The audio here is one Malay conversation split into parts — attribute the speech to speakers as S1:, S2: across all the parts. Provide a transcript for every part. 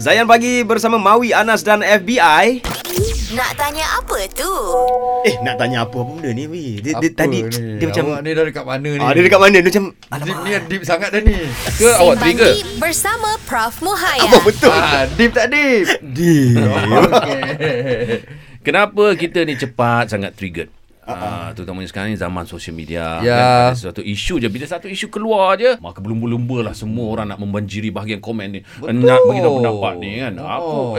S1: Zayan pagi bersama Mawi Anas dan FBI.
S2: Nak tanya apa tu?
S1: Eh, nak tanya apa benda ni, Wi? Dia, dia
S3: Apa
S1: tadi
S3: ni?
S1: dia macam
S3: awak ni dah dekat mana ni?
S1: ah, dia dekat mana? Dia macam
S3: Deep ni deep sangat dah ni.
S4: Ke
S2: Sembang
S4: awak trigger?
S2: Deep bersama Prof Muhaya.
S1: apa "Oh, betul?
S3: Ah, deep tak deep?
S1: Dia.
S3: Okey.
S4: Kenapa kita ni cepat sangat triggered? Ah, terutamanya sekarang ni zaman social media
S3: Ya.
S4: kan, ada satu isu je bila satu isu keluar je maka berlumba-lumba lah semua orang nak membanjiri bahagian komen ni
S3: Betul.
S4: nak bagi tahu pendapat ni kan aku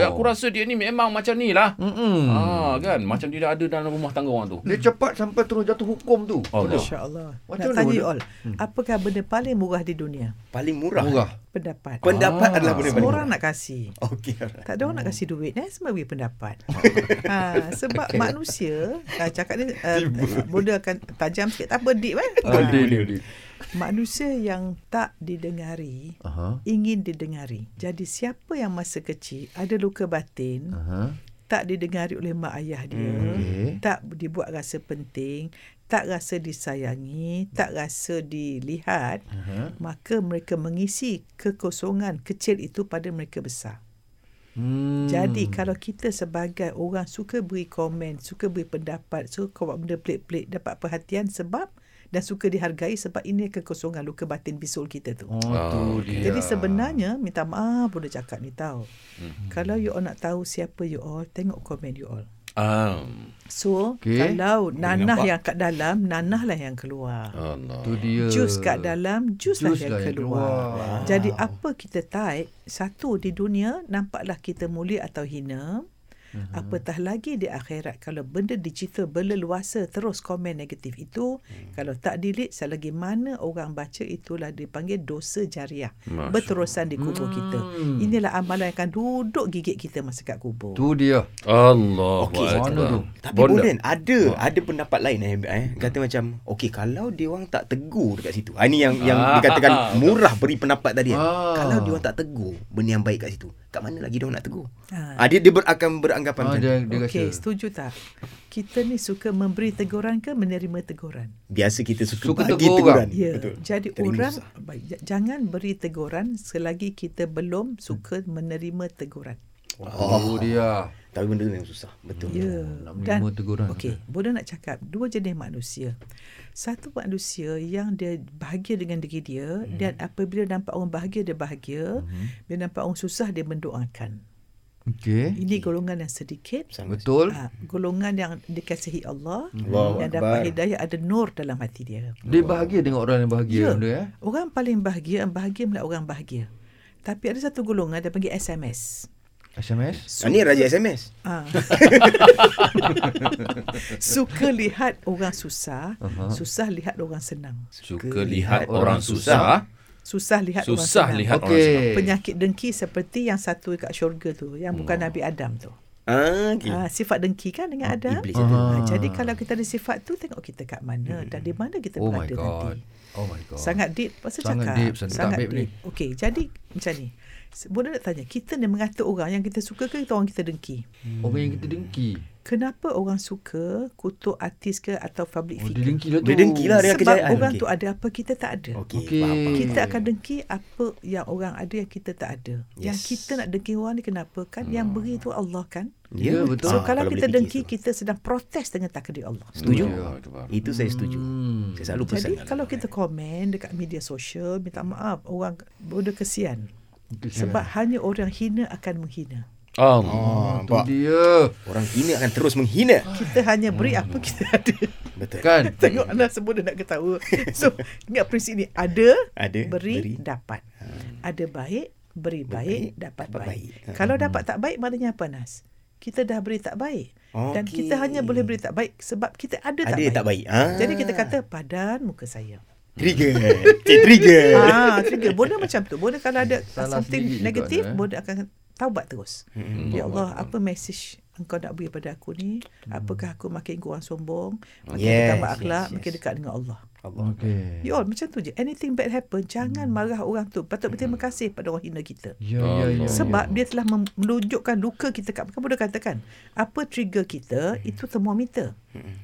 S3: Oh.
S4: aku rasa dia ni memang macam ni lah ah, kan macam dia dah ada dalam rumah tangga orang tu
S3: Dia cepat sampai terus jatuh hukum tu.
S4: Allah
S5: InsyaAllah.
S3: Macam
S5: Nak
S3: mana
S5: tanya
S3: boleh? Hmm.
S5: you all. Apakah benda paling murah di dunia?
S1: Paling murah.
S3: Murah. Ah,
S5: Pendapat.
S1: Pendapat adalah benda
S5: Semua
S1: paling
S5: orang
S1: murah.
S5: nak kasih.
S3: Oh.
S1: Okey. alright.
S5: Tak ada orang nak kasih duit eh Semua bagi pendapat ha, Sebab manusia uh, Cakap ni uh, Benda akan tajam sikit Tak apa deep eh
S3: Ah, deep deep deep.
S5: Manusia yang tak didengari
S3: Aha.
S5: Ingin didengari Jadi siapa yang masa kecil Ada luka batin
S3: Aha. Hmm,
S5: tak didengari oleh mak ayah dia,
S3: Okey.
S5: tak dibuat rasa penting, tak rasa disayangi, tak rasa dilihat, uh-huh. maka mereka mengisi kekosongan kecil itu pada mereka besar.
S3: Hmm.
S5: Jadi kalau kita sebagai orang suka beri komen, suka beri pendapat, suka buat benda pelik-pelik, dapat perhatian sebab dan suka dihargai sebab ini kekosongan luka batin bisul kita tu.
S3: Oh, tu dia.
S5: Jadi sebenarnya minta maaf boleh cakap ni tahu. Hmm. Kalau you all nak tahu siapa you all, tengok komen you all.
S4: ah,
S5: So
S3: Okey.
S5: okay. kalau
S3: Boleh
S5: nanah
S3: nampak.
S5: yang kat dalam, nanah lah yang keluar.
S4: Allah
S3: tu dia.
S5: Jus kat dalam, jus lah
S3: Jus
S5: yang keluar.
S3: keluar.
S5: Jadi apa kita type, satu di dunia nampaklah kita mulia atau hina. Uh-huh. Apatah lagi di akhirat kalau benda digital berleluasa terus komen negatif itu hmm. kalau tak delete selagi mana orang baca itulah dipanggil dosa jariah
S4: Masya
S5: berterusan di kubur hmm. kita inilah amalan yang akan duduk gigit kita masa kat kubur
S3: Tu dia. Ah,
S4: Allah
S1: Okey,
S3: mana tu?
S1: Tapi Bondan ada ada pendapat lain eh, eh kata macam okey kalau dia orang tak tegur dekat situ. Ah, ini yang yang
S4: Ah,
S1: dikatakan
S4: ah, ah.
S1: murah beri pendapat tadi. Eh.
S3: Ah.
S1: Kalau dia orang tak tegur benda yang baik kat situ, kat mana lagi dia orang nak tegur? Ah,
S5: Ah.
S1: dia dia ber, akan beranggapan
S3: Ah,
S1: macam
S3: dia,
S1: tu.
S3: dia
S5: Okey,
S3: rasa.
S5: setuju tak? Kita ni suka memberi teguran ke menerima teguran?
S1: biasa kita suka,
S3: Suka
S1: suka bagi
S3: tegur
S1: teguran.
S3: orang.
S5: Ya, jadi
S1: Kita ni
S5: orang
S1: susah.
S5: baik, j- jangan beri teguran selagi kita belum suka menerima teguran.
S3: Oh, Tu dia.
S1: Tapi benda tu memang susah. Betul.
S5: Ya,
S3: nak menerima teguran.
S5: Okey, boleh nak cakap dua jenis manusia. Satu manusia yang dia bahagia dengan diri dia hmm. dan apabila nampak orang bahagia dia bahagia, hmm. bila nampak orang susah dia mendoakan.
S3: Okey.
S5: Ini golongan yang sedikit
S1: Sangat.
S3: Betul.
S5: Ah, golongan yang dikasihi Allah
S1: Allahu
S5: yang dapat
S1: Akbar.
S5: hidayah ada nur dalam hati dia.
S3: Dia bahagia dengan orang yang bahagia
S5: Ya.
S3: benda eh.
S5: Orang paling bahagia, yang bahagia melihat orang bahagia. Tapi ada satu golongan dia panggil SMS.
S3: SMS.
S1: Ah, ni raja SMS.
S5: Ah. suka lihat orang susah, uh-huh. susah lihat orang senang.
S4: suka lihat orang susah
S5: Susah lihat
S4: susah
S5: orang senang.
S4: lihat orang
S3: Okey.
S4: susah
S5: Penyakit dengki seperti yang satu kat syurga tu, yang
S3: Oh.
S5: bukan Nabi Adam tu.
S1: Ah, okay.
S5: Ah, sifat dengki kan dengan Adam.
S1: Iblis itu.
S5: Ah, jadi kalau kita ada sifat tu, tengok kita kat mana dan di mana kita
S3: Oh my
S5: berada nanti.
S3: god. Oh my god.
S5: Sangat deep pasal
S3: Sangat
S5: cakap.
S3: deep, sangat deep ni.
S5: Okey, jadi macam ni. Se- Boleh nak tanya, kita ni mengatur orang yang kita suka ke kita orang kita dengki?
S3: orang yang kita dengki.
S5: Kenapa orang suka kutuk artis ke atau public
S3: Oh, dia
S5: figure?
S3: dengki lah tu.
S1: Dia dengki lah dia
S5: Sebab
S1: kejayaan.
S5: orang
S1: Okey. Hmm.
S5: tu ada apa kita tak ada.
S1: Okey.
S3: Okey.
S1: Faham, faham.
S5: Kita akan dengki apa yang orang ada yang kita tak ada. Yes. Yang
S1: Yes.
S5: kita nak dengki orang ni kenapa kan? Yang
S3: Hmm.
S5: beri tu Allah kan?
S3: Ya, betul.
S5: So
S1: Ah,
S5: kalau kita
S1: boleh
S5: dengki,
S1: fikir
S5: kita sedang protes dengan takdir Allah.
S1: Setuju?
S3: Ya.
S1: Itu saya setuju. Saya selalu pesan.
S5: Jadi kalau kita komen dekat media sosial, minta maaf, orang bodoh kesian. Sebab hanya orang hina akan menghina.
S4: Allah
S1: Ah,
S3: tu
S1: nampak?
S3: dia.
S1: Orang hina akan terus menghina.
S5: Kita hanya beri apa kita ada.
S1: Betul.
S3: Kan?
S5: Tengok anak semua dah nak ketawa. So, ingat prinsip ni. Ada,
S1: Ada, beri.
S5: beri, dapat. Ada baik, beri baik, dapat,
S1: dapat
S5: baik. Hmm.
S1: baik.
S5: Kalau dapat tak baik, maknanya apa Nas? Kita dah beri tak baik. Dan
S1: Okey.
S5: kita hanya boleh beri tak baik sebab kita ada tak
S1: Ada
S5: baik.
S1: tak baik. Ah.
S5: Jadi kita kata padan muka saya.
S1: Trigger. Cik trigger.
S5: ah, trigger. Bodoh macam tu. Bodoh kalau ada
S3: Salah sendiri
S5: something
S3: juga
S5: negatif,
S3: tu, eh.
S5: bodoh akan taubat terus. Ya Allah, apa message engkau nak beri pada aku ni? Apakah aku makin kurang sombong? Makin
S1: Yes,
S5: bertambah akhlak,
S1: yes, yes.
S5: makin dekat dengan Allah.
S1: Allah.
S3: Okey.
S5: You all macam tu je. Anything bad happen, jangan marah orang tu. Patut berterima kasih pada orang hina kita.
S3: Ya, ya,
S1: Oh,
S3: ya.
S5: Sebab dia telah mem- menunjukkan luka kita kat kamu dah katakan apa trigger kita
S1: Hmm.
S5: itu termometer.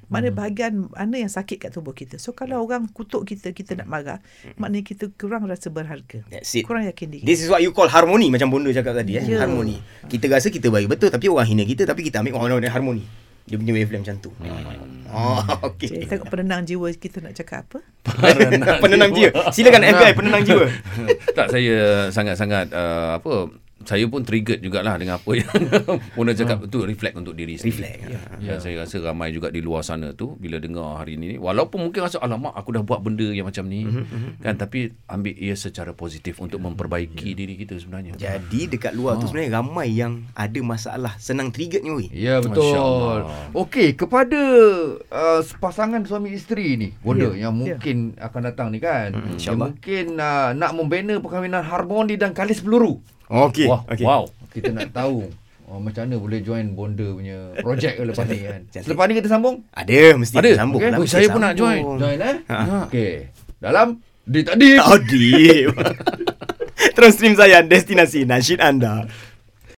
S5: Mana bahagian mana yang sakit kat tubuh kita. So
S1: Hmm.
S5: kalau orang kutuk kita kita nak marah, maknanya kita kurang rasa berharga.
S1: That's it.
S5: Kurang yakin diri.
S1: This is what you call harmoni macam Bondo cakap tadi eh.
S5: Ya.
S1: Yeah. Harmoni. Kita rasa kita baik betul tapi orang hina kita tapi kita ambil orang lain harmoni. Dia punya wavelength macam tu. Oh,
S5: Jadi
S1: okey.
S5: tengok penenang jiwa kita nak cakap apa?
S1: penenang jiwa. Silakan FBI penenang jiwa.
S4: tak saya sangat-sangat uh, apa saya pun triggered jugalah dengan apa yang Mona cakap tu reflect untuk diri
S1: Ah. Reflect,
S4: sendiri.
S1: ya.
S4: Dan saya rasa ramai juga di luar sana tu bila dengar hari ni walaupun mungkin rasa alamak aku dah buat benda yang macam ni
S1: Mhm,
S4: kan tapi ambil ia secara positif untuk memperbaiki diri kita sebenarnya.
S1: Ya. Jadi dekat luar tu sebenarnya ramai yang ada masalah senang trigger ni weh.
S3: Ya
S4: Masya
S3: betul.
S4: Allah.
S3: Okey, kepada uh, pasangan suami isteri ni, Bonda yeah. yang
S5: ya.
S3: mungkin yeah. akan datang ni kan. Hmm, yang
S1: insyaAllah.
S3: mungkin uh, nak membina perkahwinan harmoni dan kalis peluru.
S1: Okey.
S4: Wah,
S1: okey.
S4: wow.
S3: Kita nak tahu uh, macam mana boleh join Bonda punya projek ke lepas ni kan.
S1: Cantik.
S3: Selepas ni kita sambung.
S1: Ada mesti
S4: Ada?
S1: sambung.
S4: Okey.
S1: lah,
S4: Oh,
S1: mesti
S4: saya pun nak join.
S1: sambung.
S3: Join eh?
S1: Ha.
S3: Okey. Dalam di tadi.
S1: Audib. Terus stream saya destinasi nasyid anda.